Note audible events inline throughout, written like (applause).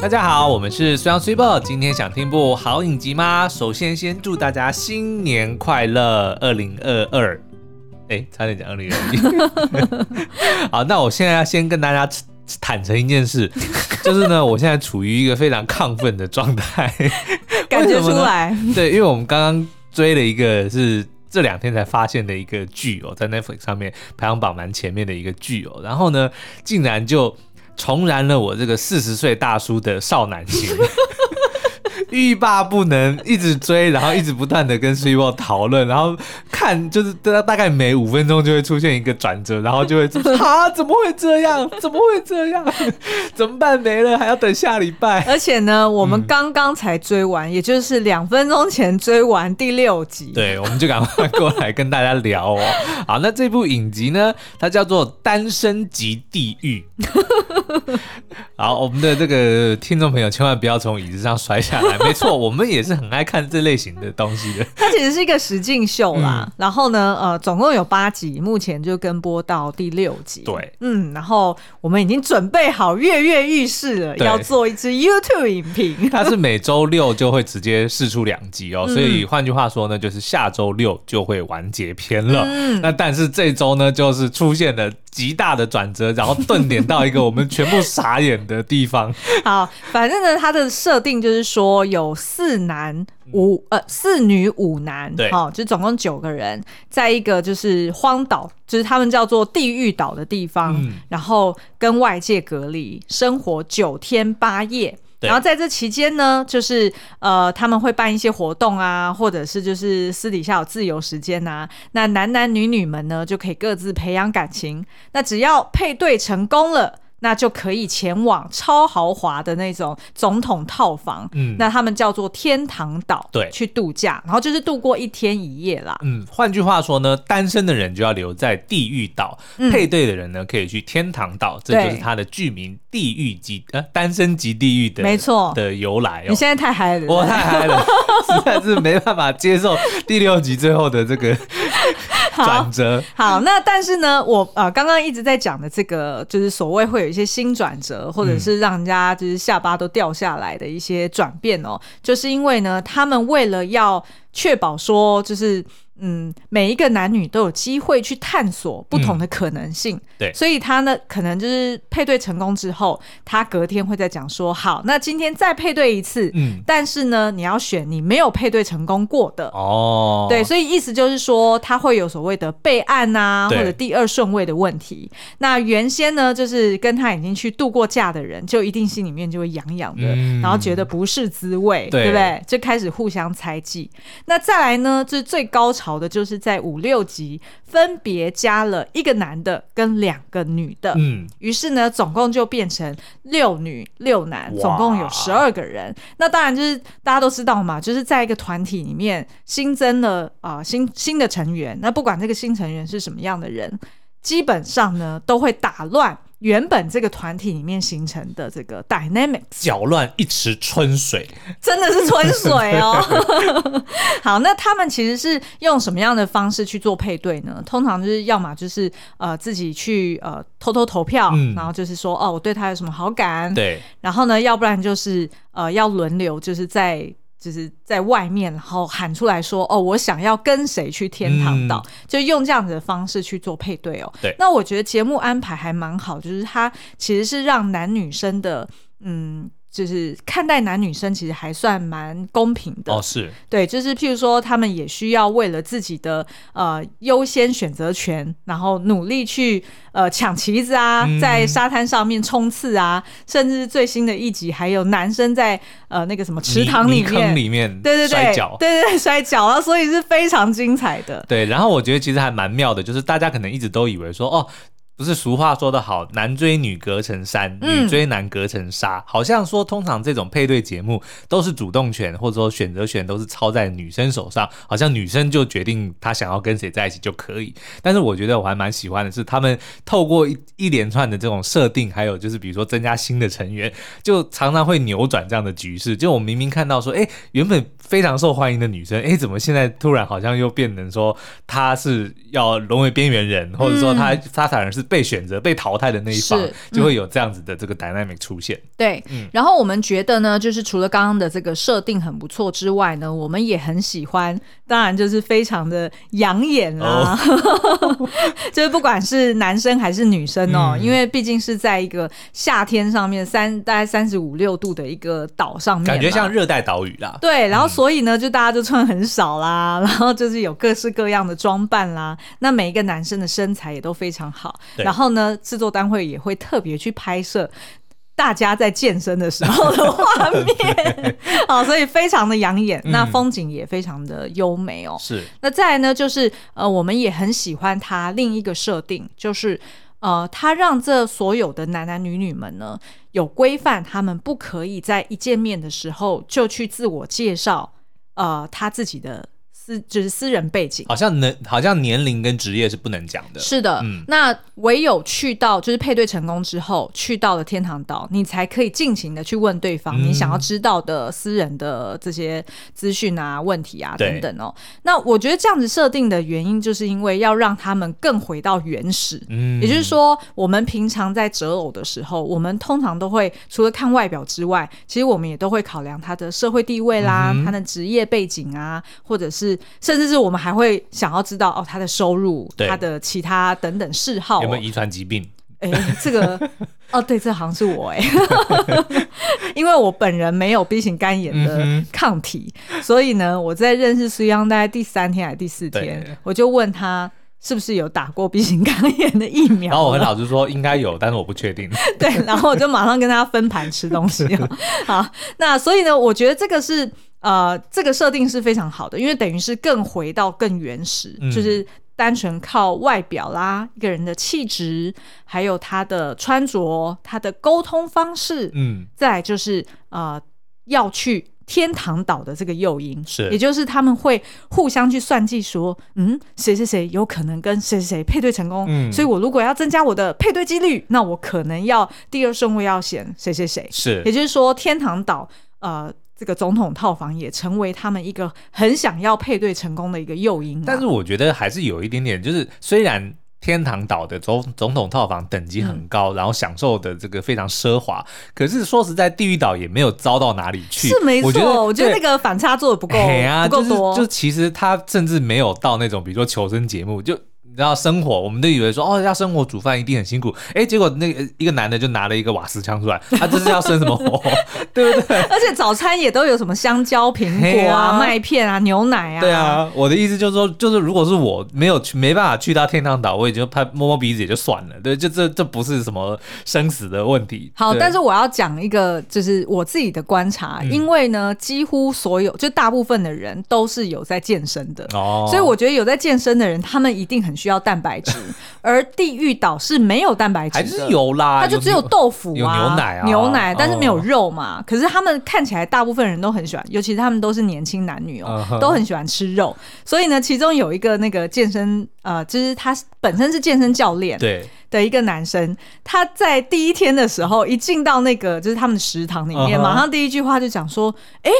大家好，我们是虽然 Super，今天想听部好影集吗？首先先祝大家新年快乐，二零二二。哎，差点讲二零二一。 (laughs) 好，那我现在要先跟大家坦诚一件事，就是呢，我现在处于一个非常亢奋的状态，感觉为什出么呢来， (laughs) 对，因为我们刚刚追了一个是这两天才发现的一个剧哦，在 Netflix 上面排行榜蛮前面的一个剧哦，然后呢，竟然就重燃了我这个四十岁大叔的少男心。欲罢不能，一直追，然后一直不断的跟 s u p e 讨论，然后看就是大大概每五分钟就会出现一个转折，然后就会啊怎么会这样？怎么会这样？ (laughs) 怎么办？没了，还要等下礼拜。而且呢，我嗯们刚刚才追完，也就是两分钟前追完第六集。对，我们就赶快过来跟大家聊哦。好，那这部影集呢，它叫做《单身即地狱》。好，我们的这个听众朋友千万不要从椅子上摔下来。没错，我们也是很爱看这类型的东西的。它其实是一个实境秀啦，嗯然后呢，呃，总共有八集，目前就跟播到第六集。对，嗯，然后我们已经准备好跃跃欲试了，对要做一支 YouTube 影评。它是每周六就会直接试出两集哦，嗯所以换句话说呢，就是下周六就会完结篇了。那但是这周呢，就是出现了极大的转折，然后顿点到一个我们全部傻眼的地方。 (laughs) 好，反正呢，它的设定就是说有四男五呃四女五男，嗯对好、就总共九个人，在一个就是荒岛，就是他们叫做地狱岛的地方，嗯然后跟外界隔离，生活九天八夜。对然后在这期间呢，就是呃，他们会办一些活动啊，或者是就是私底下有自由时间呐、那男男女女们呢，就可以各自培养感情。那只要配对成功了，那就可以前往超豪华的那种总统套房。嗯那他们叫做天堂岛，对去度假，然后就是度过一天一夜啦。嗯，换句话说呢，单身的人就要留在地狱岛，嗯配对的人呢可以去天堂岛，这就是对它的剧名“地狱级”呃“单身级地狱的”没错的由来你哦。现在太嗨了，我太嗨了， (laughs) 实在是没办法接受第六集最后的这个转折。好，那但是呢，我呃刚刚一直在讲的这个，就是所谓会有一些新转折，或嗯者是让人家就是下巴都掉下来的一些转变哦，就是因为呢，他们为了要确保说，就是嗯，每一个男女都有机会去探索不同的可能性，嗯对所以他呢，可能就是配对成功之后，他隔天会再讲说，好，那今天再配对一次，嗯，但是呢，你要选你没有配对成功过的。哦，对，所以意思就是说，它会有所谓的备案啊，或对者第二顺位的问题。那原先呢，就是跟他已经去度过假的人，就一定心里面就会痒痒的，嗯然后觉得不是滋味，对对不对？就开始互相猜忌。那再来呢，就是最高潮的，就是在五六集分别加了一个男的跟两个女的。嗯，于是呢，总共就变成六女六男，哇总共有十二个人。那当然就是大家都知道嘛，就是在一个团体里面新增了啊、呃新新的成员。那不管这个新成员是什么样的人，基本上呢都会打乱原本这个团体里面形成的这个 dynamics，搅乱一池春水。真的是春水哦。好，那他们其实是用什么样的方式去做配对呢？通常就是要么就是呃自己去呃偷偷投票，嗯然后就是说哦我对他有什么好感，对，然后呢，要不然就是呃要轮流就是在。就是在外面，然后喊出来说：“哦，我想要跟谁去天堂岛。就用这样子的方式去做配对哦。对那我觉得节目安排还蛮好，就是它其实是让男女生的，嗯，就是看待男女生其实还算蛮公平 (laughs) 的。哦是，对，就是譬如说，他们也需要为了自己的呃优先选择权，然后努力去呃抢旗子啊，嗯在沙滩上面冲刺啊，甚至最新的一集还有男生在呃那个什么池塘泥里泥坑面，里面，对对摔对，跤对。对对 (laughs) 摔跤啊，所以是非常精彩的。对，然后我觉得其实还蛮妙的，就是大家可能一直都以为说，哦，不是俗话说得好，男追女隔层山，嗯女追男隔层纱，好像说通常这种配对节目都是主动权或者说选择权都是操在女生手上，好像女生就决定她想要跟谁在一起就可以。但是我觉得我还蛮喜欢的是，他们透过一一连串的这种设定，还有就是比如说增加新的成员，就常常会扭转这样的局势。就我明明看到说，哎、原本非常受欢迎的女生，哎、怎么现在突然好像又变成说她是要沦为边缘人，或者说她她反而是被选择、被淘汰的那一方嗯是，嗯就会有这样子的这个 dynamic 出现。对，嗯然后我们觉得呢，就是除了刚刚的这个设定很不错之外呢，我们也很喜欢，当然就是非常的养眼啊，哦 (laughs) 就是不管是男生还是女生哦，嗯因为毕竟是在一个夏天上面三大概三十五六度的一个岛上面嘛，感觉像热带岛屿啦，对，然后所以呢，就大家就穿很少啦， (laughs) 然后就是有各式各样的装扮啦。那每一个男生的身材也都非常好，对然后呢，制作单位也会特别去拍摄。大家在健身的时候的画面，好，所以非常的养眼，那风景也非常的优美哦。是那再来呢，就是呃，我们也很喜欢它另一个设定，就是呃，它让这所有的男男女女们呢有规范，他们不可以在一见面的时候就去自我介绍，呃，他自己的私就是私人背景。好像能，好像年龄跟职业是不能讲的。是的，嗯那唯有去到就是配对成功之后，去到了天堂岛，你才可以尽情的去问对方嗯你想要知道的私人的这些资讯啊、问题啊对等等哦。那我觉得这样子设定的原因，就是因为要让他们更回到原始。嗯也就是说，我们平常在择偶的时候，我们通常都会除了看外表之外，其实我们也都会考量他的社会地位啦、嗯他的职业背景啊，或者是甚至是我们还会想要知道哦他的收入、对他的其他等等嗜有好、没哦有。遗传疾病？哎、(laughs) 这个哦，对，这好像是我哎、因为我本人没有 B 型肝炎嗯的抗体，所以呢，我在认识苏央大概第三天还是第四对天，我就问他是不是有打过 B 型肝炎的疫苗。然后我很老实说，应该有，但是我不确定。 (laughs) 对，然后我就马上跟他分盘吃东西了。好，那所以呢，我觉得这个是呃，这个设定是非常好的，因为等于是更回到更原始，嗯就是单纯靠外表啦，一个人的气质，还有他的穿着、他的沟通方式，嗯，再来就是呃，要去天堂岛的这个诱因，是也就是他们会互相去算计说，嗯，谁谁谁有可能跟谁谁谁配对成功，嗯所以我如果要增加我的配对几率，那我可能要第二顺位要选谁谁谁，是也，就是说，天堂岛呃。这个总统套房也成为他们一个很想要配对成功的一个诱因、啊，但是我觉得还是有一点点，就是虽然天堂岛的总总统套房等级很嗯高，然后享受的这个非常奢华，可是说实在，地狱岛也没有糟到哪里去。是没错，我觉得，那对。个反差做的不够、嘿啊，不够多，就是，就其实他甚至没有到那种，比如说求生节目，就你知道生火，我们都以为说哦要生火煮饭一定很辛苦，哎，结果那个一个男的就拿了一个瓦斯枪出来，他、这是要生什么火，对不对？而且早餐也都有什么香蕉、苹嘿果啊、啊麦片啊、牛奶 (laughs) 啊，对，啊， (laughs) 我的意思就是说，就是如果是我没有去，没办法去到天堂岛，我也就拍摸摸鼻子也就算了，对，就这这不是什么生死的问题。好，对嗯但是我要讲一个，就是我自己的观察，因为呢，几乎所有就大部分的人都是有在健身的。哦，所以我觉得有在健身的人，他们一定很需要蛋白 (laughs) 质，而地狱岛是没有蛋白质的，还是有啦，它就只有牛豆腐啊、有牛奶啊牛奶，但是没有哦肉嘛。可是他们看起来大部分人都很喜欢，尤其是他们都是年轻男女嗯哦，哼都很喜欢吃肉。所以呢，其中有一个那个健身呃，就是他本身是健身教练对，的一个男生，他在第一天的时候一进到那个就是他们的食堂里面嗯哼马上第一句话就讲说：“哎、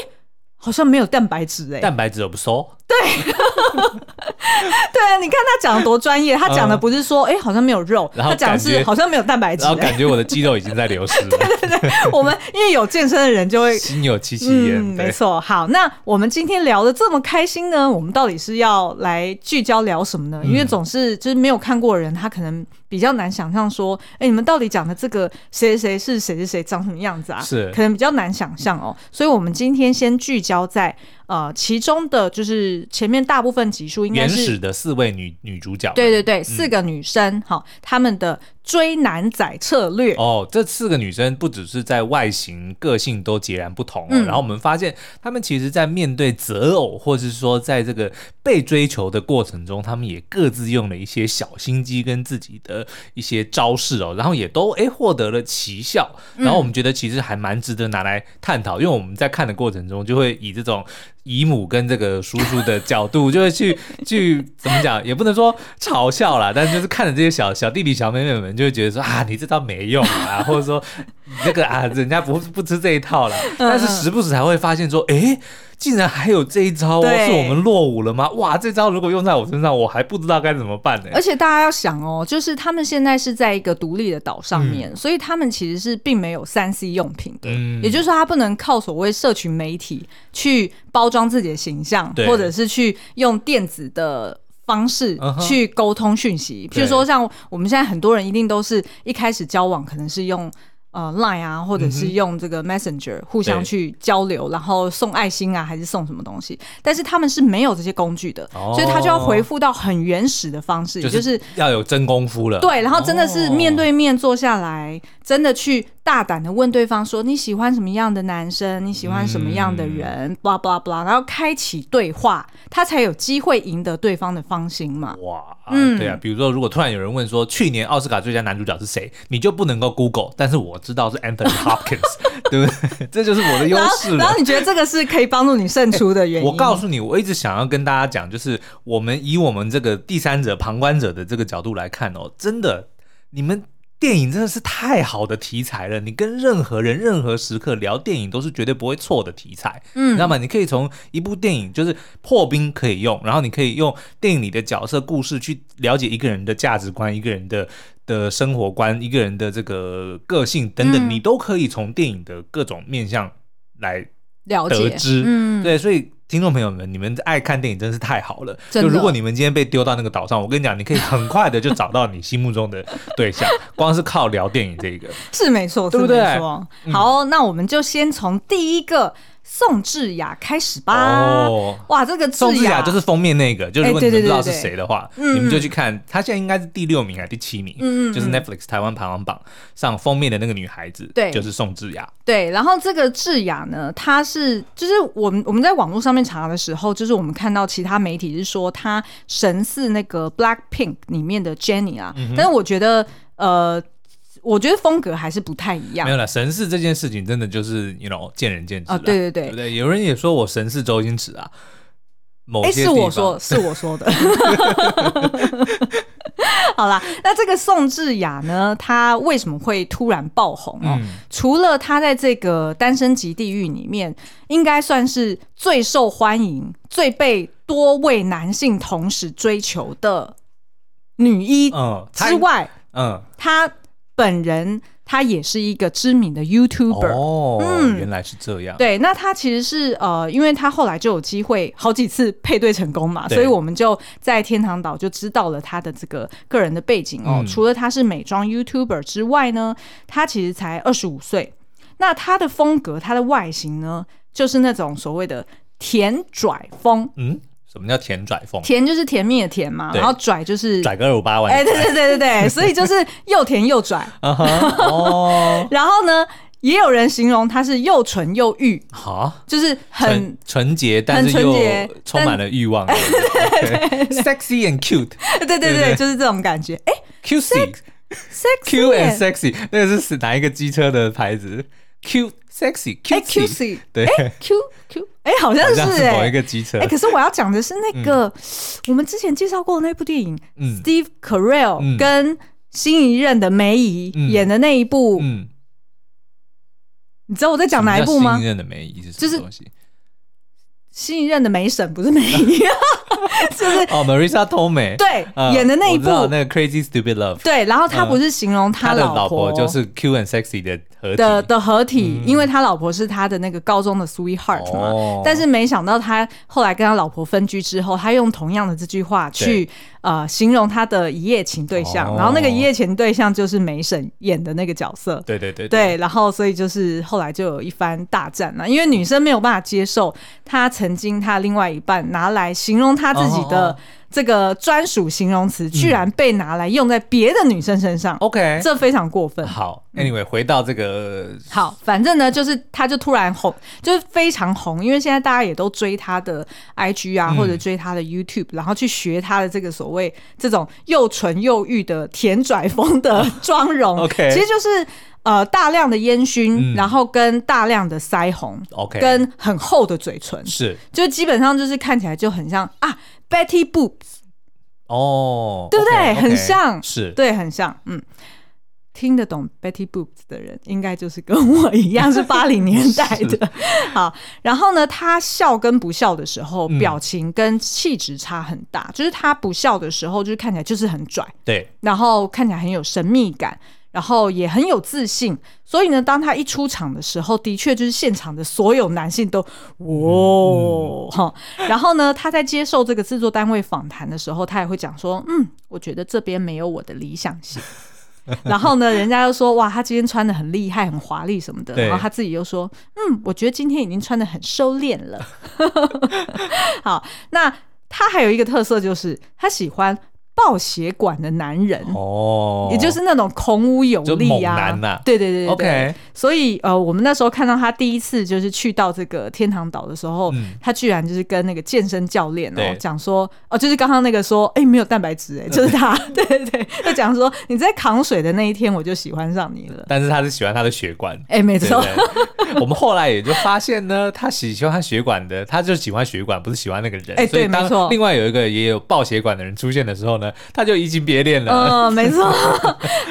好像没有蛋白质哎、蛋白质我不收， (laughs) 对啊，你看他讲的多专业，他讲的不是说哎、好像没有肉，嗯然后他讲的感是觉好像没有蛋白质、然后哎感觉我的肌肉已经在流失了， (laughs) 我们因为有健身的人就会心有戚戚嗯，焉，没对，错。好，那我们今天聊的这么开心呢，我们到底是要来聚焦聊什么呢？嗯因为总是就是没有看过的人，他可能比较难想象说，哎、你们到底讲的这个谁谁谁是谁谁谁长什么样子啊？是可能比较难想象哦。所以我们今天先聚焦在呃其中的就是前面大部分集数应该原是始的四位女女主角，对对对，四个女生好，她们的追男仔策略。哦，这四个女生不只是在外形、个性都截然不同、哦，嗯然后我们发现她们其实，在面对择偶，或是说在这个被追求的过程中，她们也各自用了一些小心机跟自己的一些招式哦，然后也都诶获得了奇效。然后我们觉得其实还蛮值得拿来探讨，因为我们在看的过程中，就会以这种姨母跟这个叔叔的角度，就会去去怎么讲，也不能说嘲笑啦，但就是看着这些小小弟弟小妹妹们，就会觉得说啊，你这招没用啊，或者说 (laughs) 这个啊，人家不不吃这一套啦。嗯但是时不时才会发现说，诶，竟然还有这一招哦，对是我们落伍了吗？哇，这招如果用在我身上，我还不知道该怎么办呢、而且大家要想哦，就是他们现在是在一个独立的岛上面，所以他们其实是并没有三 C 用品的，嗯也就是说，他不能靠所谓社群媒体去包装自己的形象，对或者是去用电子的。方式嗯哼去沟通讯息，譬对如说像我们现在很多人一定都是一开始交往，可能是用呃 Line 啊，或者嗯是用这个 Messenger 互相对去交流，然后送爱心啊，还是送什么东西，但是他们是没有这些工具的，哦所以他就要回复到很原始的方式，也就是是要有真功夫了。对，然后真的是哦面对面坐下来，真的去大胆的问对方说你喜欢什么样的男生，你喜欢什么样的嗯人，blah blah blah，然后开启对话，他才有机会赢得对方的芳心嘛。哇，嗯对啊，比如说，如果突然有人问说去年奥斯卡最佳男主角是谁，你就不能够 Google，但是我知道是 Anthony Hopkins，对 (laughs) 不对？这就是我的优然势后，然了后。你觉得这个是可以帮助你胜出的原 (laughs) 因？我告诉你，我一直想要跟大家讲，就是我们以我们这个第三者、旁观者的这个角度来看哦，真的，你们电影真的是太好的题材了。你跟任何人、任何时刻聊电影都是绝对不会错的题材，嗯你知道吗？你可以从一部电影，就是破冰可以用，然后你可以用电影里的角色故事去了解一个人的价值观、一个人的。的生活观、一个人的这个个性等等，嗯你都可以从电影的各种面向来了得解，知，嗯，对，所以听众朋友们，你们爱看电影真是太好了。真就的如果你们今天被丢到那个岛上，我跟你讲，你可以很快的就找到你心目中的对 (laughs) 象，光是靠聊电影这个，是没错，对不嗯对是没错。好，哦那我们就先从第一个宋智雅开始吧。哦哇，这个宋智雅雅就是封面那个，就如果你啊哎对们对不知道是对对谁的话，嗯你们就去看，她现在应该是第六名还是第七名，嗯嗯就是嗯 Netflix 台湾排行榜上封面的那个女孩子，对就是宋智雅，对，然后这个智雅呢，她是就是我们我们在网络上面查的时候，就是我们看到其他媒体是说她神似那个 Black Pink 里面的 Jenny 啊，嗯但是我觉得呃，我觉得风格还是不太一样没。有了，神似这件事情真的就是，you know，见仁见智啊啦对对对对不对？有人也说我神似周星驰啊，某哎，些是地我方说，是我说的。 (laughs) 好啦，那这个宋智雅呢，她为什么会突然爆红哦？嗯除了她在这个单身级地狱里面，应该算是最受欢迎、最被多位男性同时追求的女一嗯，她之外，嗯，她本人她也是一个知名的 YouTuber。哦，嗯原来是这样。对，那他其实是呃，因为他后来就有机会好几次配对成功嘛，对所以我们就在天堂岛就知道了他的这个个人的背景哦。嗯除了他是美妆 YouTuber 之外呢，他其实才二十五岁。那他的风格，他的外形呢，就是那种所谓的甜拽风，嗯，什么叫甜拽风？甜就是甜蜜的甜嘛，对然后拽就是。拽个二五八万。哎，对对对对对，所以就是又甜又 (laughs) 拽。啊 (laughs) 哈，哦，然后呢，也有人形容他是又纯又欲，好，就是很纯纯洁，但是纯又洁充满了欲 (laughs) 望。Sexy and cute, 对对对对对，就是这种感觉。哎 cutesy, ，sexy cute and 耶 sexy，那个是哪一个机车的牌子？Cute, sexy, 哎 cutesy， ，cutesy 对， Q Q，哎，好像好是像是某一哎。个机车哎，。可是我要讲的是那个我们之前介绍过的那部电影嗯，Steve 嗯 Carell 跟新一任的梅姨嗯演的那一部，嗯，你知道我在讲哪一部什么叫吗信？任的梅姨是什就么是东西？新一任的梅婶不是梅姨， (laughs) 就是哦，Marisa Tomei，对嗯演的那一我知道部。那个 Crazy Stupid Love，对，然后他不是形容他的老婆婆就是 Cute and sexy 的合体。的的合体，因为他老婆是他的那个高中的 sweetheart 嘛，哦但是没想到他后来跟他老婆分居之后，他用同样的这句话去呃形容他的一夜情对象，哦然后那个一夜情对象就是梅婶演的那个角色。对对对对，然后所以就是后来就有一番大战了，因为女生没有办法接受她曾经她另外一半拿来形容她自己哦哦嗯的这个专属形容词，居然被拿来用在别的女生身上， ，OK，这非常过分。好，Anyway，回到这个好，反正呢，就是他就突然红，就是非常红，因为现在大家也都追他的 IG 啊，嗯或者追他的 YouTube，然后去学他的这个所谓这种又纯又欲的甜拽风的妆容。 OK 其实就是呃大量的烟熏，嗯然后跟大量的腮红， OK，跟很厚的嘴唇，是就基本上就是看起来就很像啊 Betty Boop，哦，对不对 OK，OK，很像是对，很像，嗯。听得懂 Betty Boop 的人，应该就是跟我一样是八零年代 (laughs) 的。好，然后呢，他笑跟不笑的时候，嗯表情跟气质差很大。就是他不笑的时候，就是看起来就是很拽，对，然后看起来很有神秘感，然后也很有自信。所以呢，当他一出场的时候，的确就是现场的所有男性都哇哈、然后呢，他在接受这个制作单位访谈的时候，他也会讲说：“嗯，我觉得这边没有我的理想型。”然后呢，人家又说：“哇，他今天穿的很厉害，很华丽什么的。”对然后他自己又说：“嗯，我觉得今天已经穿的很收敛了。”好，那他还有一个特色就是他喜欢爆血管的男人。哦，也就是那种孔武有就力猛呀、男呐对对对对 OK 所以呃，我们那时候看到他第一次就是去到这个天堂岛的时候，嗯他居然就是跟那个健身教练哦对讲说，哦，就是刚刚那个说，哎、没有蛋白质， (laughs) 哎，就是他， (laughs) 对对对，就讲说你在扛水的那一天，我就喜欢上你了，但是他是喜欢他的血管。哎、没对错不，对？我们后来也就发现呢，他喜喜欢他血管的，他就喜欢血管，不是喜欢那个人。哎对所以当没错另外有一个也有爆血管的人出现的时候呢，他就移情别恋了。嗯，(laughs) 没错。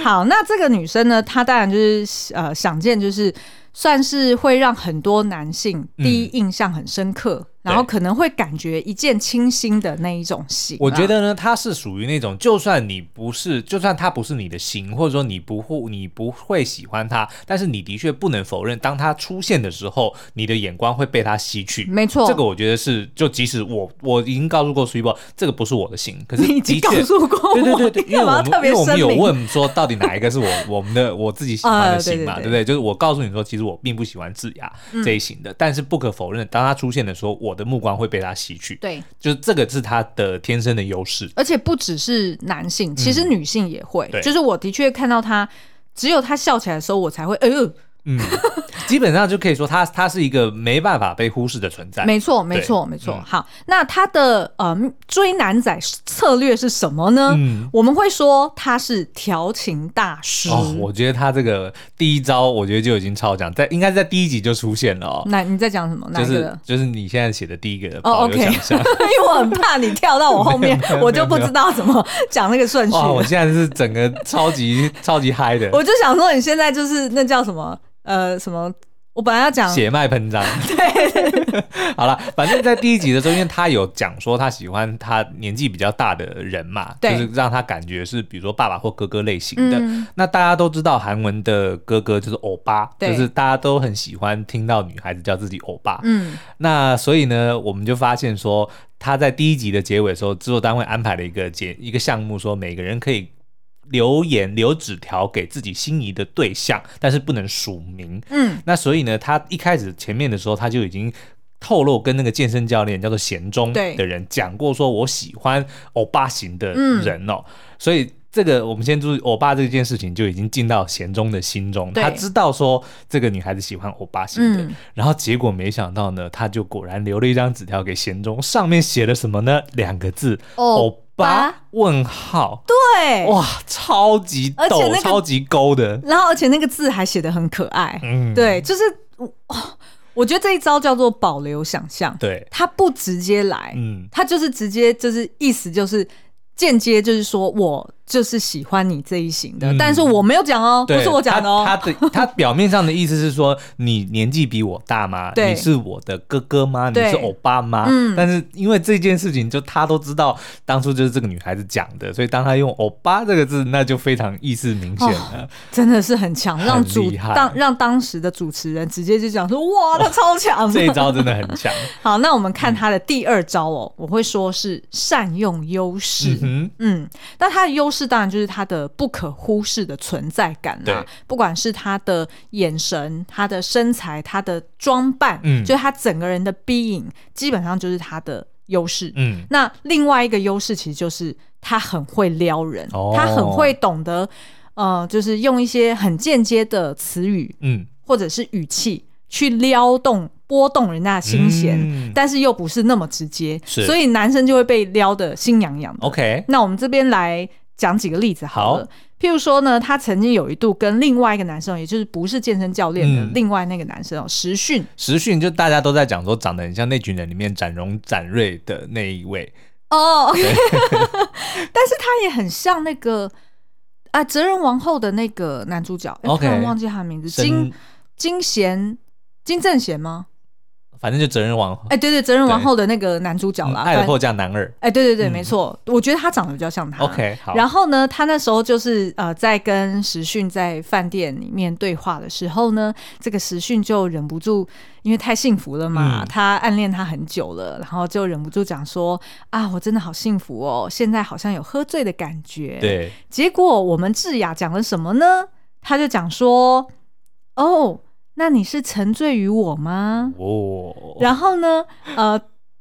好，那这个女生呢，她当然就是呃，想见就是算是会让很多男性第一印象很深刻，然后可能会感觉一见倾心的那一种型啊、我觉得呢，他是属于那种，就算你不是，就算他不是你的型，或者说你不会，你不会喜欢他，但是你的确不能否认，当他出现的时候，你的眼光会被他吸去。没错，这个我觉得是，就即使我我已经告诉过 s u p e 这个不是我的型，可是 (laughs) 你已经的告确。诉过我，对对对对，你因为干我嘛要们特因为别我们声有明？问说到底哪一个是我我们的我自己喜欢的型嘛，呃对对对嗯对不对？就是我告诉你说，其实我并不喜欢智雅这一型的，但是不可否认，当他出现的时候，我的目光会被他吸去，对，就是这个是他的天生的优势。而且不只是男性，其实女性也会。嗯对就是我的确看到她，只有她笑起来的时候，我才会哎呦，嗯， (laughs) 基本上就可以说他他是一个没办法被忽视的存在。没错，没错，没错。嗯好，那他的呃追男仔策略是什么呢？嗯我们会说他是调情大师。哦，我觉得他这个第一招，我觉得就已经超强，在应该是在第一集就出现了哦，那你在讲什嗯么？哪就一个是的？就是你现在写的第一个哦保，OK、留 o 想 k 象。 (laughs) 因为我很怕你跳到我后面没有没，有我就不知道怎么讲那个顺序哇，我了。现在是整个超级超级嗨的，我就想说，你现在就是那叫什么？呃，什么？我本来要讲血脉 (laughs) 喷张。 (laughs) 好了，反正在第一集的时候，因为他有讲说他喜欢他年纪比较大的人嘛，就对是让他感觉是比如说爸爸或哥哥类型的。嗯那大家都知道韩文的哥哥就是欧巴，对就是大家都很喜欢听到女孩子叫自己欧巴。嗯，那所以呢，我们就发现说，他在第一集的结尾的时候，制作单位安排了一个节一个项目，说每个人可以留言留纸条给自己心仪的对象，但是不能署名。嗯，那所以呢，他一开始前面的时候，他就已经。透露跟那个健身教练叫做贤忠对的人讲过，说我喜欢欧巴型的人嗯哦，所以这个我们先注意欧巴这件事情就已经进到贤忠的心中，对他知道说这个女孩子喜欢欧巴型的，嗯然后结果没想到呢，他就果然留了一张纸条给贤忠，上面写了什么呢？两个字，欧欧巴？问号，对，哦对。哇，超级而且逗，那个超级勾的，然后，而且那个字还写的很可爱。嗯，对，就是我我觉得这一招叫做保留想象，对，他不直接来，嗯，他就是直接就是意思就是间接就是说我就是喜欢你这一型的，嗯但是我没有讲哦， (laughs) 不对是我讲的哦，他他的他表面上的意思是说，你年纪比我大吗？对你是我的哥哥吗？你对是欧巴吗？嗯但是因为这件事情，就他都知道，当初就是这个女孩子讲的，所以当他用“欧巴”这个字，那就非常意思明显了。真的是很强，让主厉害当让当时的主持人直接就讲说哇，他超 (laughs) 强这一的。招真的很 (laughs) 强。好，那我们看他的第二招哦，我会说是善用优势。嗯嗯，那它的优势当然就是它的不可忽视的存在感啦对，不管是他的眼神、他的身材、他的装扮，嗯就是他整个人的逼影，基本上就是他的优势。嗯，那另外一个优势其实就是他很会撩人，哦他很会懂得，呃，就是用一些很间接的词语嗯，或者是语气去撩动、波动人家的心弦，嗯但是又不是那么直接，是所以男生就会被撩得心痒痒的。 OK，那我们这边来讲几个例子好了。好譬如说呢，他曾经有一度跟另外一个男生，也就是不是健身教练的、嗯另外那个男生哦，石训，实训就大家都在讲说，长得很像那群人里面展荣、展瑞的那一位， (laughs) 哦，但是他也很像那个。啊，《哲人王后》的那个男主角，哎 OK 突然忘记他的名字，金神，哦金贤。金正贤吗？反正就责任王后，哎、对对，《哲人王后》的那个男主角嗯啦。爱的反迫降男二。哎、对对对，嗯没错，我觉得他长得比较像他。 OK，好，然后呢，他那时候就是呃，在跟时讯在饭店里面对话的时候呢，这个时讯就忍不住，因为太幸福了嘛，嗯他暗恋他很久了，然后就忍不住讲说啊，我真的好幸福哦，现在好像有喝醉的感觉。，对，结果我们智雅讲了什么呢？他就讲说，哦，那你是沉醉于我吗？哦，然后呢，呃，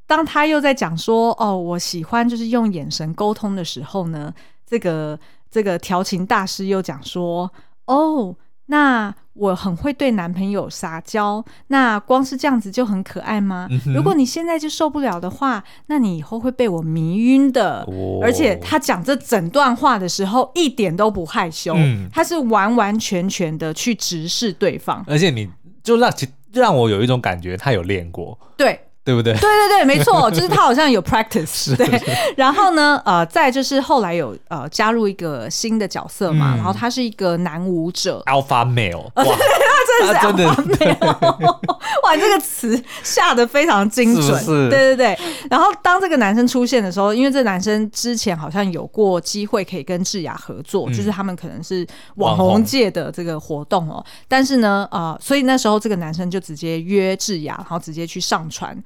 当他又在讲说哦，我喜欢就是用眼神沟通的时候呢，这个这个调情大师又讲说哦，那我很会对男朋友撒娇，那光是这样子就很可爱吗？嗯哼如果你现在就受不了的话，那你以后会被我迷晕的。哦而且他讲这整段话的时候，一点都不害羞，嗯他是完完全全的去直视对方。而且你就让其让我有一种感觉，他有练过，对，对不对？ (laughs) 对对对，(laughs) 没错，就是他好像有 practice 对，然后呢，呃，再就是后来有呃加入一个新的角色嘛，嗯，然后他是一个男舞者 Alpha male，哇，哦他他真的没有， (laughs) 哇，这个词下的非常精准，是不是对对对。然后当这个男生出现的时候，因为这男生之前好像有过机会可以跟智雅合作，嗯就是他们可能是网网红红界的这个活动哦。但是呢，呃，所以那时候这个男生就直接约智雅，然后直接去上船。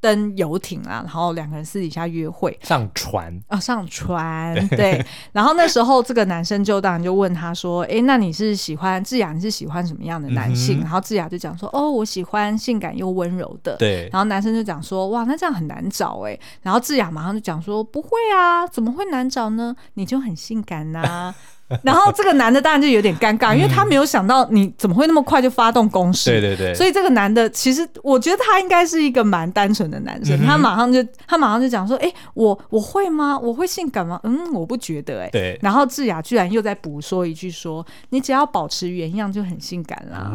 登游艇啊，然后两个人私底下约会，上船，啊、上船对，然后那时候这个男生就当然就问他说：“诶，那你是喜欢智雅？你是喜欢什么样的男性？”嗯哼然后智雅就讲说：“哦，我喜欢性感又温柔的。”对，然后男生就讲说：“哇，那这样很难找哎。”然后智雅马上就讲说：“不会啊，怎么会难找呢？你就很性感呐、 (laughs) 然后这个男的当然就有点尴尬，因为他没有想到你怎么会那么快就发动攻势，对对对，所以以这个男的，其实我觉得他应该是一个蛮单纯的男生，嗯哼他马上就他马上就讲说：“哎、我我会吗？我会性感吗？嗯，我不觉得、哎。对，然后智雅居然又在补说一句说：“你只要保持原样就很性感啦，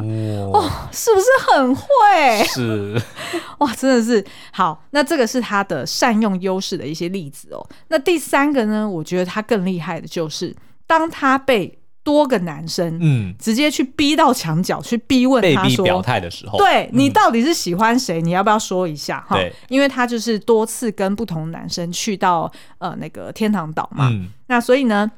哦，是不是很会？” (laughs) 是，哇，真的是好。那这个是他的善用优势的一些例子哦。那第三个呢，我觉得他更厉害的就是，当他被多个男生嗯，直接去逼到墙角，去逼问被他逼说：“表态的时候，对你嗯到底是喜欢谁？你要不要说一下哈对？因为他就是多次跟不同男生去到呃那个天堂岛嘛，嗯，那所以呢，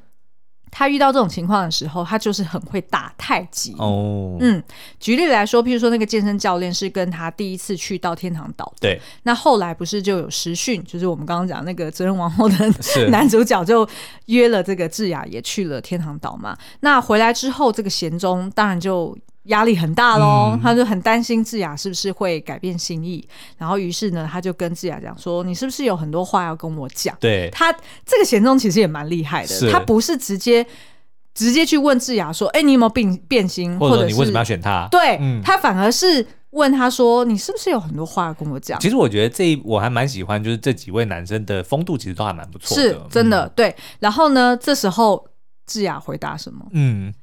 他遇到这种情况的时候，他就是很会打太极。哦，嗯，举例来说，譬如说那个健身教练是跟他第一次去到天堂岛，对，那后来不是就有实训，就是我们刚刚讲那个《责任王后》的是， (laughs) 男主角就约了这个智雅也去了天堂岛嘛。那回来之后，这个贤忠当然就压力很大喽，嗯他就很担心智雅是不是会改变心意，然后于是呢，他就跟智雅讲说：“你是不是有很多话要跟我讲？”对，他这个贤忠其实也蛮厉害的，是他不是直接直接去问智雅说：“哎、你有没有变变心？”或或者说者你为什么要是选他？对、嗯他反而是问他说：“你是不是有很多话要跟我讲？”其实我觉得这一我还蛮喜欢，就是这几位男生的风度其实都还蛮不错的，嗯是真的、对。然后呢，这时候智雅回答什么？嗯，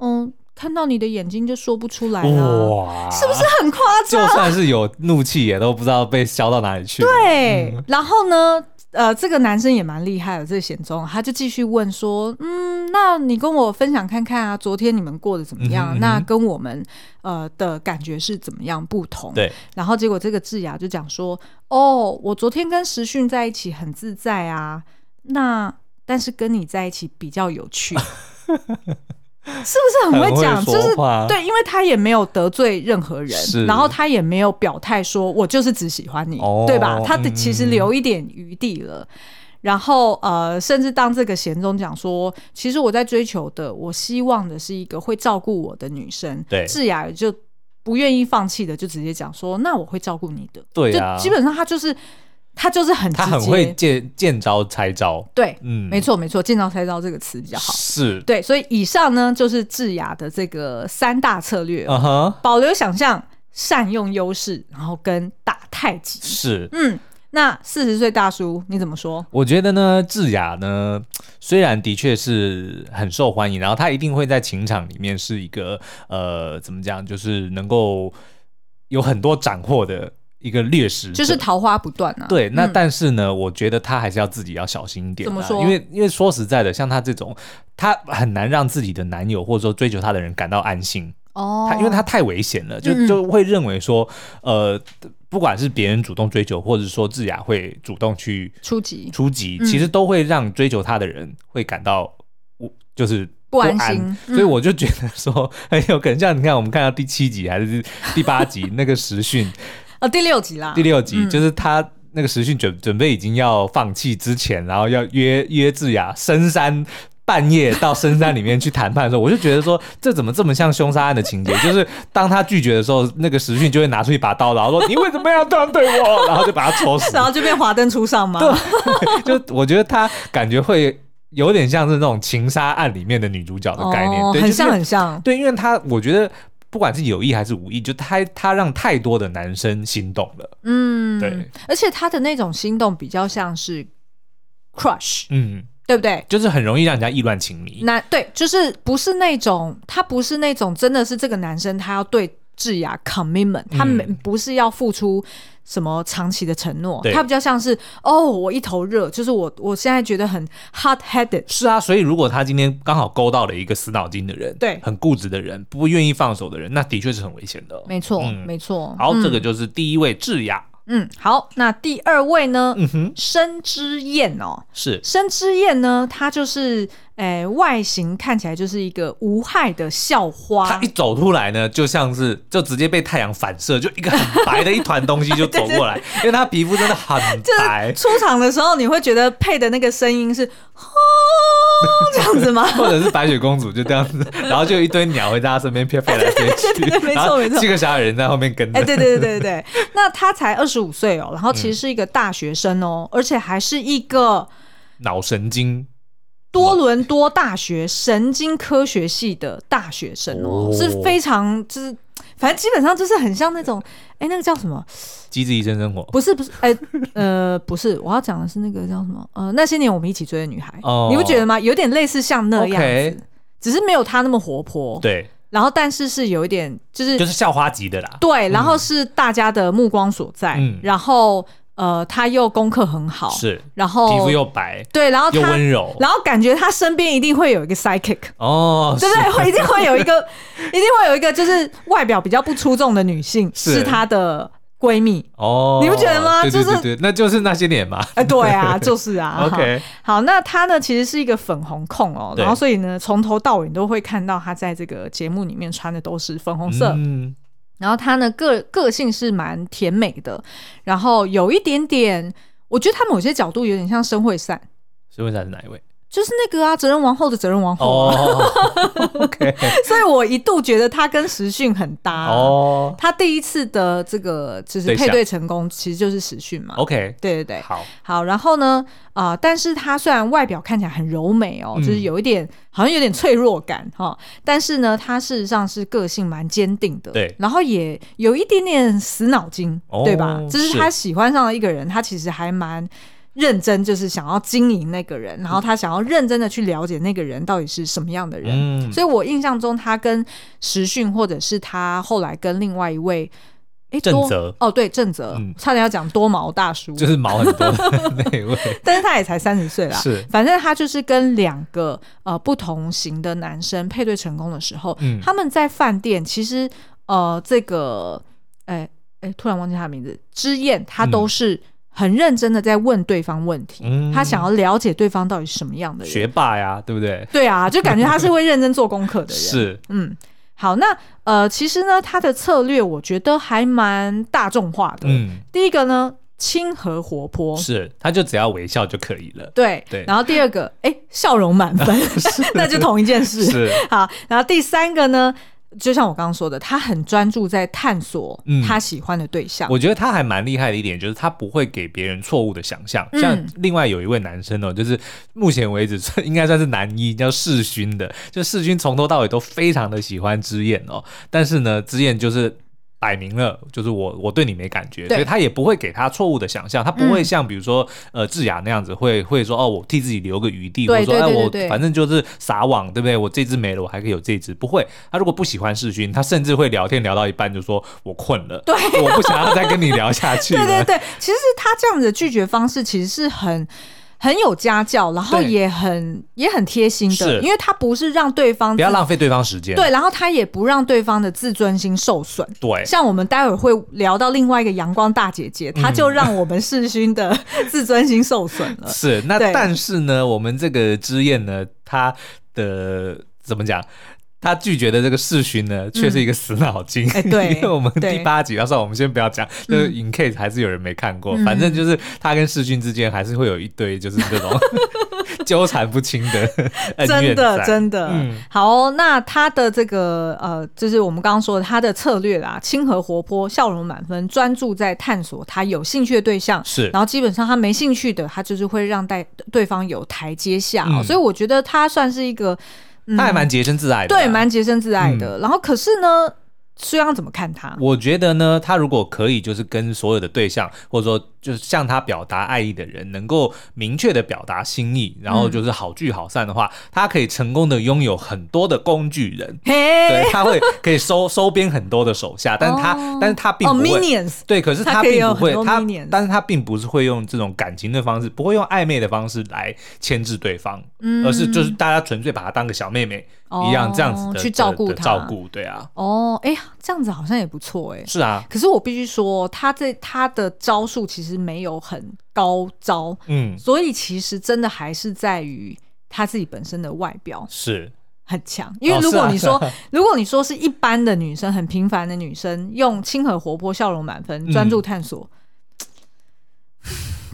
嗯，看到你的眼睛就说不出来了，哇，是不是很夸就张？算是有怒气，也都不知道被消到哪里去了。对，嗯然后呢？呃，这个男生也蛮厉害的，这个贤忠，他就继续问说，嗯，那你跟我分享看看啊，昨天你们过得怎么嗯样？哼嗯哼那跟我们呃的感觉是怎么样不同？对，然后结果这个智雅就讲说：“哦，我昨天跟时讯在一起很自在啊，那但是跟你在一起比较有趣，是不是很会讲？很会就是说话对，因为他也没有得罪任何人，啊是然后他也没有表态说我就是只喜欢你，哦对吧？他嗯其实留一点余地了。”然后，呃，甚至当这个贤忠讲说，其实我在追求的，我希望的是一个会照顾我的女生。对智雅就不愿意放弃的，就直接讲说，那我会照顾你的。对啊就基本上他就是他就是很直接他很会见见招拆招，对，嗯，没错没错，见招拆招这个词比较好。是，对，所以以上呢就是智雅的这个三大策略：嗯哼，保留想象、善用优势，然后跟打太极。是。嗯，那四十岁大叔你怎么说？我觉得呢，智雅呢，虽然的确是很受欢迎，然后她一定会在情场里面是一个呃，怎么讲，就是能够有很多斩获的一个掠食者，就是桃花不断啊。对，那嗯但是呢，我觉得他还是要自己要小心一点、啊。怎么说因为因为说实在的，像他这种，他很难让自己的男友或者说追求他的人感到安心。哦，他因为他太危险了，就嗯就会认为说，呃，不管是别人主动追求，或者说智雅会主动去初级出击，嗯其实都会让追求他的人会感到我就是。不安安心嗯所以我就觉得说 (laughs) 很有可能，像你看，我们看到第七集还是第八 (laughs) 集那个时讯，呃第六集啦，第六集，嗯就是他那个时讯准准备已经要放弃之前，然后要约约智雅深山。半夜到深山里面去谈判的时候，我就觉得说，这怎么这么像凶杀案的情节？就是当他拒绝的时候，那个时讯就会拿出一把刀，然后说：“你为什么要这样对我？”然后就把他戳 (laughs) 死。然后就变华灯初上嘛。就我觉得他感觉会有点像是那种情杀案里面的女主角的概念，哦、对，很就是像很像。对，因为他我觉得不管是有意还是无意，就他他让太多的男生心动了，嗯，对。而且他的那种心动比较像是 crush，嗯，对不对？就是很容易让人家意乱情迷。那对，就是不是那种，他不是那种，真的是这个男生他要对智雅 commitment，他嗯没、不是要付出什么长期的承诺对，他比较像是哦，我一头热，就是我我现在觉得很 hot headed，是啊，所以如果他今天刚好勾到了一个死脑筋的人，对很固执的人，不愿意放手的人，那的确是很危险的哦。没错，嗯没错。好，嗯这个就是第一位智雅，嗯，好，那第二位呢？嗯哼，申之燕哦，是申之燕呢，她就是诶、外形看起来就是一个无害的校花他一，走出来呢，就像是就直接被太阳反射，就一个很白的一团东西就走过来，因为他皮肤真的很白，出场的时候你会觉得配的那个声音是轰 (laughs) 这 (laughs) 样子吗？或者是白雪公主就这样子，然后就有一堆鸟会在她身边飘飞来飞去，对对没错然后没错七个小矮人在后面跟着哎、，对对对对对，那她才二十五岁哦，然后其实是一个大学生哦，而且还是一个脑神经多伦多大学神经科学系的大学生哦，哦是非常就是，反正基本上就是很像那种，哎、那个叫什么？机智医生生活不是不是，哎、 (laughs) 呃，不是，我要讲的是那个叫什么？呃，那些年我们一起追的女孩，哦你不觉得吗？有点类似像那样子 OK 只是没有她那么活泼，对，然后但是是有一点就是就是校花级的啦。对，然后是大家的目光所在，嗯然后呃，她又功课很好，，哦是然后皮肤又白对，然后又她温柔然后感觉她身边一定 (laughs) 会有一个 psychic。哦，对不是对？会一定会有一 (laughs) 个，一定会有一个，就是外表比较不出众的女性是是她的闺蜜。哦，你不觉得吗对对就是对对，那就是那些年嘛。 (laughs) 哎、对啊，就是啊。 OK，好，好那她呢，其实是一个粉红控哦，对然后所以呢，从头到尾你都会看到她在这个节目里面穿的都是粉红色，嗯，然后她呢个个性是蛮甜美的，然后有一点点，我觉得她某些角度有点像申惠善，谁问他是哪一 (laughs) 位？就是那个啊，责任王后的责任王后啊、哦，OK， (laughs) 所以我一度觉得她跟时讯很搭、哦他第一次的这个就是对象配对成功，其实就是实训嘛。 ，OK，对对对，好，好，然后呢，啊、但是他虽然外表看起来很柔美哦，嗯就是有一点好像有点脆弱感哈、但是呢，他事实上是个性蛮坚定的，对然后也有一点点死脑筋，哦对吧？就是是他喜欢上了一个人，他其实还蛮。认真就是想要经营那个人，嗯然后他想要认真的去了解那个人到底是什么样的人，嗯，所以我印象中，他跟时讯，或者是他后来跟另外一位，哎、郑多则哦，对，郑泽，嗯差点要讲多毛大叔，就是毛很多 (laughs) 的那一位但是他也才三十岁啦。是，反正他就是跟两个呃不同型的男生配对成功的时候，嗯他们在饭店其实呃这个，哎、哎、突然忘记他的名字，之燕，他嗯都是很认真的在问对方问题，嗯他想要了解对方到底是什么样的学人。霸呀，对不对？对啊，就感觉他是会认真做功课的 (laughs) 人。是，嗯，好，那呃，其实呢，他的策略我觉得还蛮大众化的。嗯，第一个呢，亲和活泼，是，他就只要微笑就可以了。对，对然后第二个，哎，笑容满分， (laughs) 那就同一件事。是，好，然后第三个呢，就像我刚刚说的，他很专注在探索嗯他喜欢的对象。我觉得他还蛮厉害的一点就是他不会给别人错误的想象。嗯像另外有一位男生哦，就是目前为止算应该算是男一，叫世勋的，就世勋从头到尾都非常的喜欢之燕哦，但是呢，之燕就是。摆明了就是我我对你没感觉，对所以他也不会给他错误的想象，他不会像比如说、呃智雅那样子会会说哦我替自己留个余地，或嗯对者说对哎对对我对反正就是撒网对不对？我这只没了，我还可以有这只，不会。他如果不喜欢世勋，他甚至会聊天聊到一半就说我困了，对，我不想要再跟你聊下去了。 (laughs) 对对对，其实他这样子的拒绝方式其实是很。很有家教，然后对也很也很贴心是的，因为他不是让对方不要自浪费对方时间。对，然后他也不让对方的自尊心受损。对嗯像我们待会儿会聊到另外一个阳光大姐姐，她就让我们世勋的 (laughs) 自尊心受损了。是，那对但是呢，我们这个之燕呢，他的怎么讲？他拒绝的这个世勋呢，却是一个死脑筋。嗯哎对因为我们第对嗯八集，到时候我们先不要讲，就是 in case 还是有人没看过，反正就是他跟世勋之间还是会有一堆就是这 (laughs) 种纠缠不清的恩真怨的，在。真的，嗯好哦、那他的这个呃，就是我们刚刚说的他的策略啦，亲和活泼，笑容满分，专注在探索他有兴趣的对象，是然后基本上他没兴趣的，他就是会让带对方有台阶下、哦嗯所以我觉得他算是一个，嗯他还蛮洁身自爱的、对，。蛮洁身自爱的。嗯然后可是呢，苏央怎么看他？我觉得呢，他如果可以，就是跟所有的对象，或者说就是向他表达爱意的人，能够明确的表达心意，然后就是好聚好散的话，他可以成功的拥有很多的工具人。 (laughs) 嘿对，，他会可以收收编很多的手下，但他、哦但是他并哦不会。 ，Minions，对，可是他他可以并有不会很，多他 minions 但是他并不是会用这种感情的方式，不会用暧昧的方式来牵制对方，嗯而是就是大家纯粹把她当个小妹妹、一样这样子哦的去的照顾的她照顾，对啊，哦，哎呀，这样子好像也不错哎、是啊，可是我必须说，他这他的招数其实没有很高招，嗯，所以其实真的还是在于他自己本身的外表是很强。因为哦如是啊果你说，是啊 (laughs) 如果你说是一般的女生，很平凡的女生，用亲和、活泼、笑容满分、嗯专注探索， (sniffs)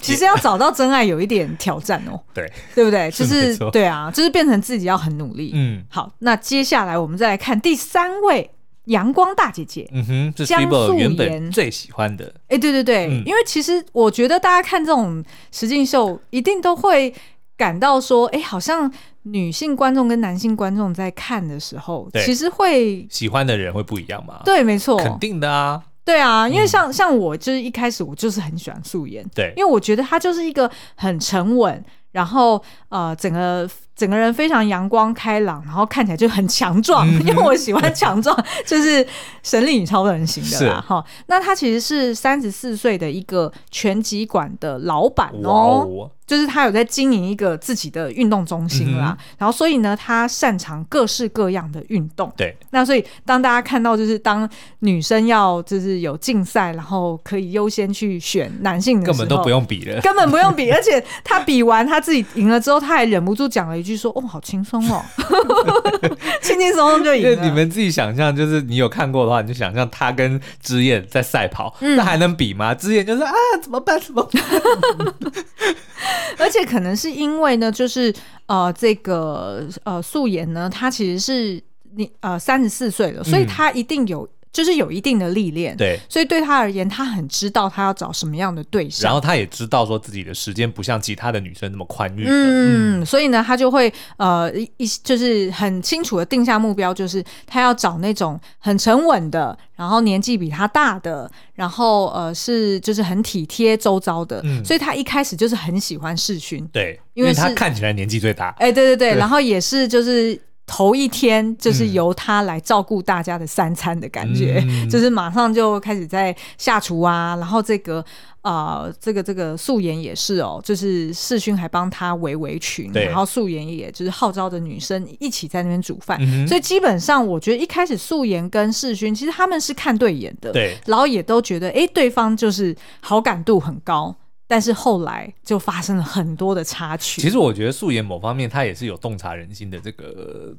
其实要找到真爱有一点挑战哦，对， (laughs) 对不对？就是没是错对啊，就是变成自己要很努力。嗯好，那接下来我们再来看第三位阳光大姐姐。嗯哼，是江 Fibo 素原本妍最喜欢的，哎、对对对，嗯因为其实我觉得大家看这种实境秀，一定都会感到说，哎、好像女性观众跟男性观众在看的时候，对其实会喜欢的人会不一样嘛？，对，哦没错，肯定的啊，对啊，因为像、像我就是一开始我就是很喜欢素颜，对因为我觉得她就是一个很沉稳，然后呃，整个整个人非常阳光开朗，然后看起来就很强壮，嗯因为我喜欢强壮，就是神力女超人型的啦。哈，那她其实是三十四岁的一个拳击馆的老板哇哦。哦，就是他有在经营一个自己的运动中心嗯啦，然后所以呢，他擅长各式各样的运动。对，那所以当大家看到就是当女生要就是有竞赛，然后可以优先去选男性的时根候，啊本都不。用比 (laughs) 了，根本不用比，而且他比完他自己赢了之后，他还忍不住讲了一句说：“哦，好轻松哦， (laughs) 轻轻松松就因赢为了。”你们自己想象，就是你有看过的话，你就想象他跟之燕在赛跑，嗯那还能比吗？之燕就是啊，怎么办？怎么 (laughs) 办？而且可能是因为呢，就是呃，这个呃素颜呢，她其实是你呃三十四岁了，所以嗯她一定有、就是有一定的历练，，对，所以对她而言，她很知道她要找什么样的对象然。后他也知道说自己的时间不像其他的女生那么宽裕了，嗯，所以呢，她就会呃一一就是很清楚的定下目标，就是她要找那种很沉稳的，然后年纪比她大的，然后呃是就是很体贴周遭的，嗯所以她一开始就是很喜欢世勋，对，因因为为他是看起来年纪最大，哎、对对对，对然后也是就是头一天，就是嗯由他来照顾大家的三餐的感觉，嗯 (laughs) 就是马上就开始在下厨啊，然后这个呃，这个这个素颜也是哦，就是世勋还帮他围围裙，对然后素颜也就是号召着女生一起在那边煮饭，嗯哼所以基本上我觉得一开始素颜跟世勋其实他们是看对眼的，对然后也都觉得哎、诶对方就是好感度很高。但是后来就发生了很多的插曲。其实我觉得素颜某方面，他也是有洞察人心的这个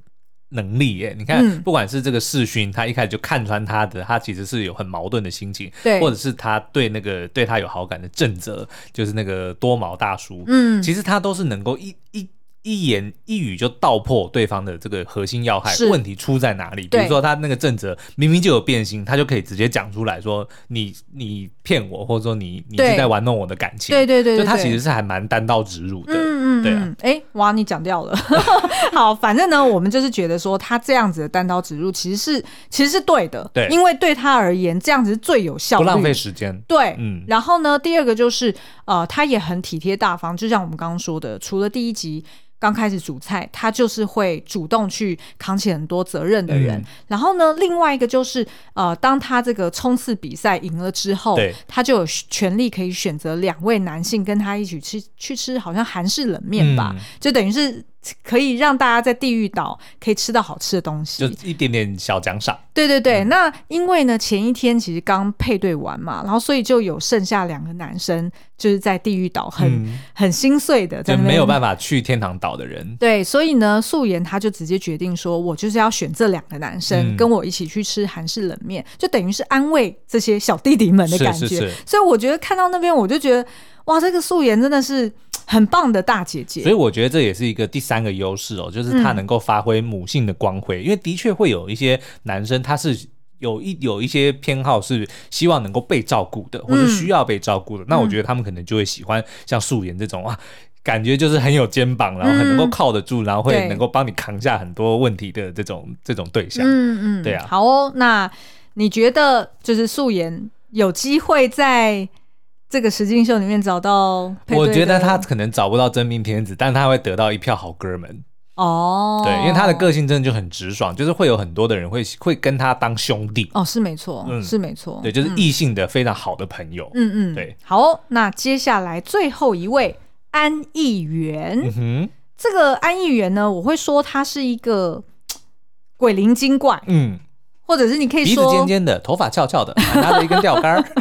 能力耶。你看嗯，不管是这个世勋，他一开始就看穿他的，他其实是有很矛盾的心情，对或者是他对那个对他有好感的郑泽，就是那个多毛大叔，嗯其实他都是能够一一。一言一语就道破对方的这个核心要害，是问题出在哪里？比对如说他那个郑哲明明就有变心，他就可以直接讲出来说你你骗我，或者说你你是对在玩弄我的感情。对对对就对他对其实是还蛮单刀直入的。嗯嗯嗯，对啊嗯，哎、哇，你讲掉了。 (laughs) 好，反正呢，我们就是觉得说，他这样子的单刀直入其实是其实是对的，对因为对他而言，这样子是最有效不率，浪费时间。对，嗯然后呢，第二个就是呃，他也很体贴大方，就像我们刚刚说的，除了第一集。刚开始煮菜，他就是会主动去扛起很多责任的人。嗯然后呢，另外一个就是，呃，当他这个冲刺比赛赢了之后对，他就有权利可以选择两位男性跟他一起去去吃，好像韩式冷面吧，嗯就等于是可以让大家在地狱岛可以吃到好吃的东西，就一点点小奖赏，对对嗯对，那因为呢，前一天其实刚配对完嘛，然后所以就有剩下两个男生就是在地狱岛很、嗯很心碎的，在就那没有办法。法去天堂岛的人，对，所以呢，素颜他就直接决定说，我就是要选这两个男生、嗯跟我一起去吃韩式冷面，就等于是安慰这些小弟弟们的是感觉。是是。所以我觉得看到那边，我就觉得哇，这个素颜真的是很棒的大姐所以姐。我觉得这也是一个第三个优势哦，就是它能够发挥母性的光辉，因为的确会有一些男生他是。有一有一些偏好是希望能够被照顾嗯的，或是需要被照顾的，那我觉得他们可能就会喜欢像素颜这种哇，感觉就是很有肩膀，然后很能够靠得住，然后会嗯对能够帮你扛下很多问题的这种这种对象。嗯嗯，对啊好哦，那你觉得就是素颜有机会在这个实境秀里面找到配对的？我觉得他可能找不到真命天子，但他会得到一票好哥们。哦，对，因为他的个性真的就很直爽，就是会有很多的人会会跟他当兄弟，哦是没错，嗯是没错，对，就是嗯异性的非常好的朋友。嗯嗯，对。好哦、那接下来最后一位安议员，嗯哼，这个安议员呢，我会说他是一个嘖鬼灵精怪，嗯，或者是你可以鼻子说尖尖的，头发翘翘的，还拿着一根钓竿儿。 (laughs)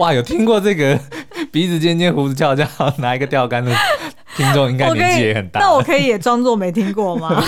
哇，有听过这个 (laughs) 鼻子尖尖、胡子翘翘， (laughs) 拿一个钓竿的听众，应该我可年纪以，也很大。那我可以也装作没听 (laughs) 过吗？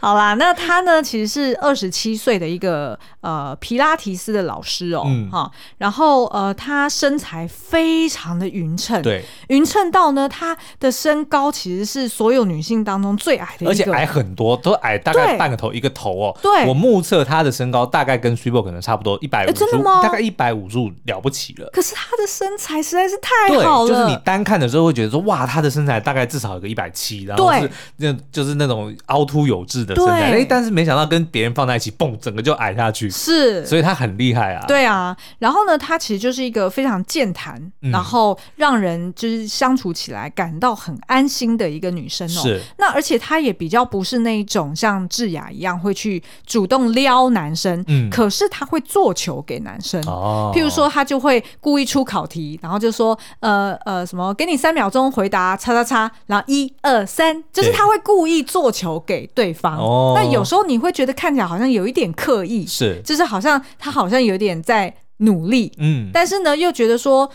好啦，那他呢其实是二十七岁的一个呃皮拉提斯的老师哦，嗯哈、然后呃他身材非常的匀称，，对，匀称到呢他的身高其实是所有女性当中最矮的一个，而且矮很多，都矮大概对半个头一个头哦。对我目测他的身高大概跟 s u p e 可能差不多，一百五诶十真的吗大概一百五十五了不起了。可是他的身材实在是太对好，了，就是你单看的时候会觉得说，哇，他的身材大概至少有个一百七，然后对是那就是那种凹凸有致的身材，对哎，但是没想到跟别人放在一起，蹦，整个就矮下去，是所以他很厉害啊。，对啊，然后呢，他其实就是一个非常健谈，嗯然后让人就是相处起来感到很安心的一个女生哦。是那而且她也比较不是那一种像智雅一样会去主动撩男生，嗯可是她会做球给男生。哦，譬如说，她就会故意出考题，然后就说，呃呃，什么，给你三秒钟回答，叉叉叉，然后一二三，就是对她会故意做球给对方。哦那有时候你会觉得看起来好像有一点刻意，是，就是好像他好像有点在努力，嗯，但是呢又觉得说，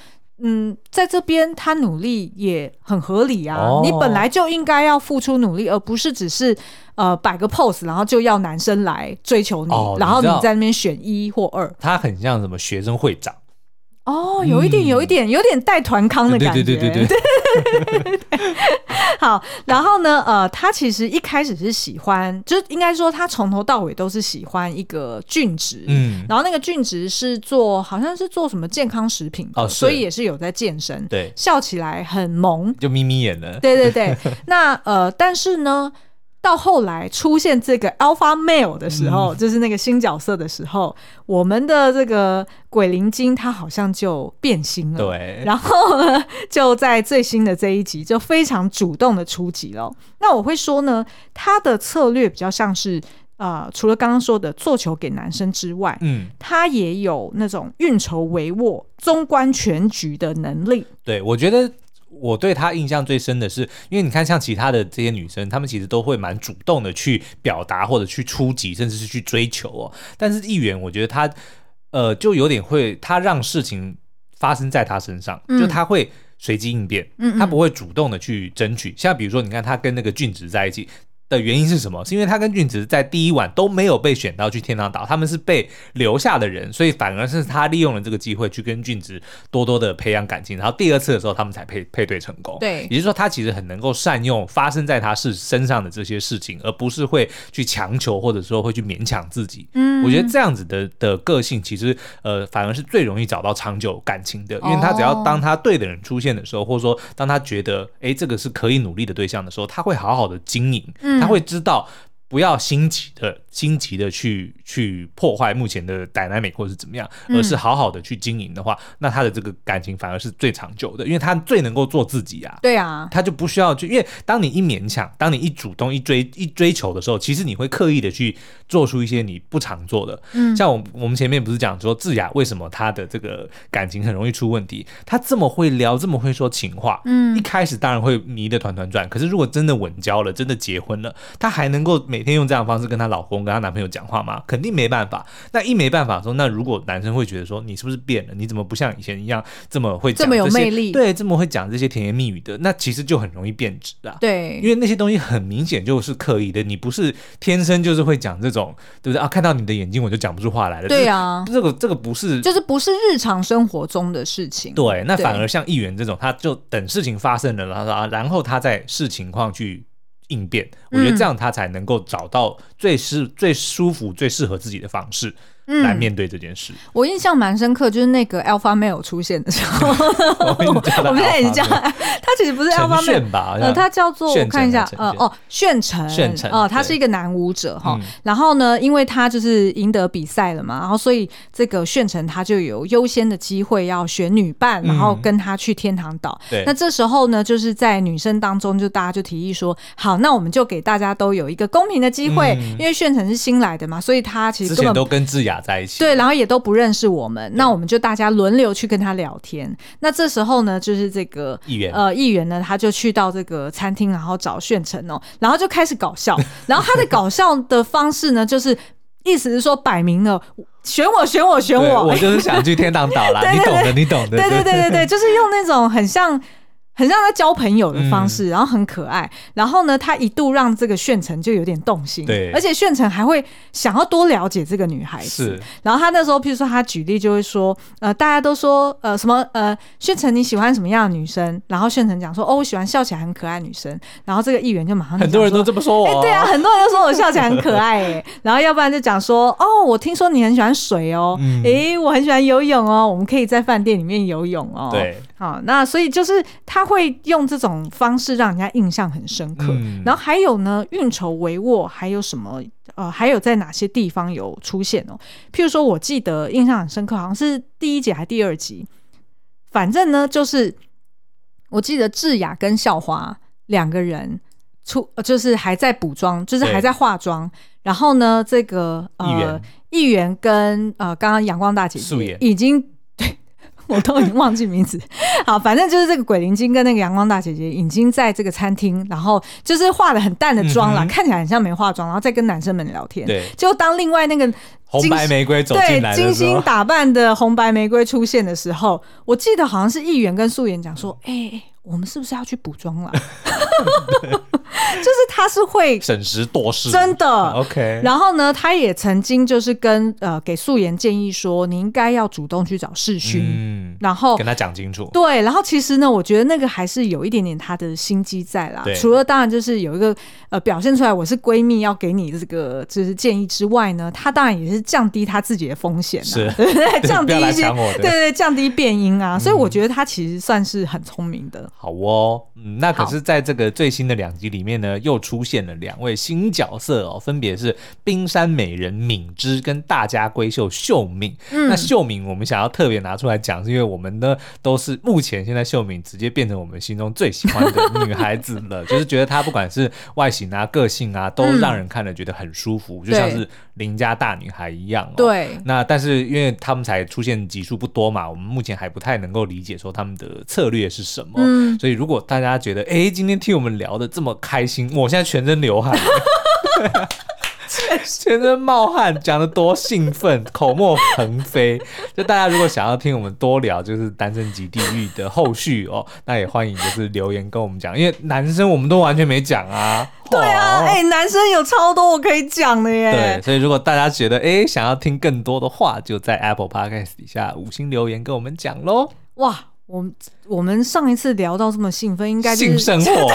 嗯，在这边他努力也很合理啊，哦你本来就应该要付出努力，而不是只是呃摆个 pose，然后就要男生来追求你，哦然后你你知道在那边选一或二。他很像什么学生会长，哦，有一点，有一点，有点带团康的嗯对感觉。对对对对，对， (laughs) 好，然后呢，呃，他其实一开始是喜欢，就是应该说他从头到尾都是喜欢一个俊直，嗯，然后那个俊植是做好像是做什么健康食品的哦是所以也是有在健身，对，笑起来很萌，就眯眯眼了，对 (laughs) 对对。那呃，但是呢，到后来出现这个 alpha male 的时嗯候，就是那个新角色的时候，我们的这个鬼灵精他好像就变心了，对然后呢，就在最新的这一集就非常主动的出击了。那我会说呢，他的策略比较像是。呃，除了刚刚说的做球给男生之外，嗯，他也有那种运筹帷幄、纵观全局的能力。对，我觉得我对她印象最深的是，因为你看像其他的这些女生，她们其实都会蛮主动的去表达或者去出击，甚至是去追求哦。但是议员，我觉得她呃，就有点会，她让事情发生在她身上，就她会。随机应变，嗯嗯嗯她不会主动的去争取。像比如说，你看她跟那个俊植在一起，的原因是什么？是因为他跟俊子在第一晚都没有被选到去天堂岛，他们是被留下的人，所以反而是他利用了这个机会去跟俊子多多的培养感情，然后第二次的时候他们才配配对成功。对也就是说他其实很能够善用发生在他是身上的这些事情，而不是会去强求或者说会去勉强自己。嗯我觉得这样子的的个性其实呃反而是最容易找到长久感情的，因为他只要哦当他对的人出现的时候，或者说当他觉得诶这个是可以努力的对象的时候，他会好好的经营。嗯他会知道不要心急的、心急的去去破坏目前的 dynamic 或者是怎么样，嗯而是好好的去经营的话，那他的这个感情反而是最长久的，因为他最能够做自己啊。对啊，他就不需要去，因为当你一勉强，当你一主动、一追、一追求的时候，其实你会刻意的去做出一些你不常做的。嗯像我我们前面不是讲说智雅为什么她的这个感情很容易出问题？她这么会聊，这么会说情话，嗯一开始当然会迷得团团转，可是如果真的稳交了，真的结婚了，她还能够每天用这样的方式跟她老公、跟她男朋友讲话吗？肯定没办法。那一没办法的时候，那如果男生会觉得说你是不是变了？你怎么不像以前一样这么会讲这么有些魅力对，这么会讲这些甜言蜜语的，那其实就很容易变质啊。对，因为那些东西很明显就是刻意的，你不是天生就是会讲这种，对不对啊？看到你的眼睛我就讲不出话来了。对啊这是这个这个不是就是不是日常生活中的事情。对，那对反而像议员这种，他就等事情发生了，然后啊，然后他再视情况去应变。嗯我觉得这样他才能够找到最适、最舒服、最适合自己的方式来面对这件事。嗯我印象蛮深刻，就是那个 Alpha Male 出现的时候， (laughs) 我们 (laughs) 我们现在已经讲讲，他其实不是 Alpha 陈 Male，炫吧，好呃，像他叫做我炫看一成下还，是呃陈，炫哦，炫成，炫成哦，他是对一个男舞者哈嗯。然后呢，因为他就是赢得比赛了嘛，然后所以这个炫成他就有优先的机会要选女伴，然后嗯跟他去天堂岛。对那这时候呢，就是在女生当中，就大家就提议说，好，那我们就给大家都有一个公平的机会，嗯因为炫成是新来的嘛，所以他其实之根前本都跟智雅在一起。对，然后也都不认识我们，那我们就大家轮流去跟他聊天。那这时候呢，就是这个议员呃议员呢，他就去到这个餐厅，然后找炫成哦，然后就开始 (laughs) 搞笑。然后他的搞笑的方式呢，就是意思是说摆明了选我，选我，选对我。我就是想去天堂岛啦，对你 (laughs) 对懂的，你懂的。对对对对对，就是用那种很像。很像在交朋友的嗯方式，然后很可爱。然后呢，他一度让这个炫成就有点动心，对而且炫成还会想要多了解这个女孩子。是然后他那时候，譬如说他举例就会说，呃，大家都说，呃，什么，呃，炫成你喜欢什么样的女生？然后炫成讲说，哦，我喜欢笑起来很可爱的女生。然后这个议员就马上就很多人讲都 (laughs) 这说。么说我哎、哦。对啊，很多人都说我笑起来很可爱哎、然后要不然就讲说，哦，我听说你很喜欢水哦，哎、嗯我很喜欢游泳哦，我们可以在饭店里面游泳哦。，对，好，那所以就是他会用这种方式让人家印象很深刻。嗯然后还有呢，运筹帷幄还有什么？呃，还有在哪些地方有出现哦？譬如说，我记得印象很深刻，好像是第一集还是第二集，反正呢，就是我记得智雅跟校花两个人出，呃就是还在补妆，就是对还在化妆。然后呢，这个呃，议员议员跟呃，刚刚阳光大姐姐素颜已经。我都已经忘记名字，好，反正就是这个鬼灵精跟那个阳光大姐姐已经在这个餐厅，然后就是化的很淡的妆啦，嗯哼看起来很像没化妆，然后再跟男生们聊天。对，就当另外那个红白玫瑰走进对来精的时心候，打扮的红白玫瑰出现的时候，我记得好像是议员跟素颜讲说：“哎、哎我们是不是要去补妆 (laughs) 了？” (laughs) 就是他是会审时度势，真的 OK。然后呢，他也曾经就是跟呃给素颜建议说，你应该要主动去哦找世勋。嗯，然后跟他讲清楚。对，然后其实呢，我觉得那个还是有一点点他的心机在啦对。除了当然就是有一个呃表现出来我是闺蜜要给你这个就是建议之外呢，他当然也是降低他自己的风险、啊，是对不 (laughs) 对？降低不要来一些抢我的对对，降低变音啊。所以我觉得他其实算是很聪明的。好哦，嗯，那可好是在这个最新的两集里面呢，又出现了两位新角色哦，分别是冰山美人敏之跟大家闺秀秀敏。嗯那秀敏我们想要特别拿出来讲，是因为我们呢都是目前现在秀敏直接变成我们心中最喜欢的女孩子 (laughs) 了，就是觉得她不管是外形啊、个性啊，都嗯让人看了觉得很舒服，就对像是邻家大女孩一样、哦。对，那但是因为他们才出现集数不多嘛，我们目前还不太能够理解说他们的策略是什么。嗯所以如果大家觉得，哎、今天听我们聊的这么开心，我现在全身流汗。全身冒汗，讲的多兴奋，口沫横飞。就大家如果想要听我们多聊，就是《单身级地狱》的后续哦，那也欢迎就是留言跟我们讲，因为男生我们都完全没讲啊。对啊，哦哎、男生有超多我可以讲的耶对，。 (laughs) 所以如果大家觉得哎想要听更多的话，就在 Apple Podcast 底下五星留言跟我们讲喽。哇，我们我们上一次聊到这么兴奋，应该就性是生活，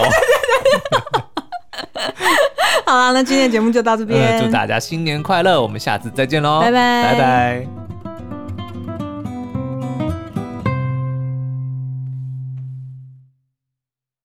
(laughs) 好啦。那今天的节目就到这边、呃嗯，祝大家新年快乐，我们下次再见喽，拜拜拜拜。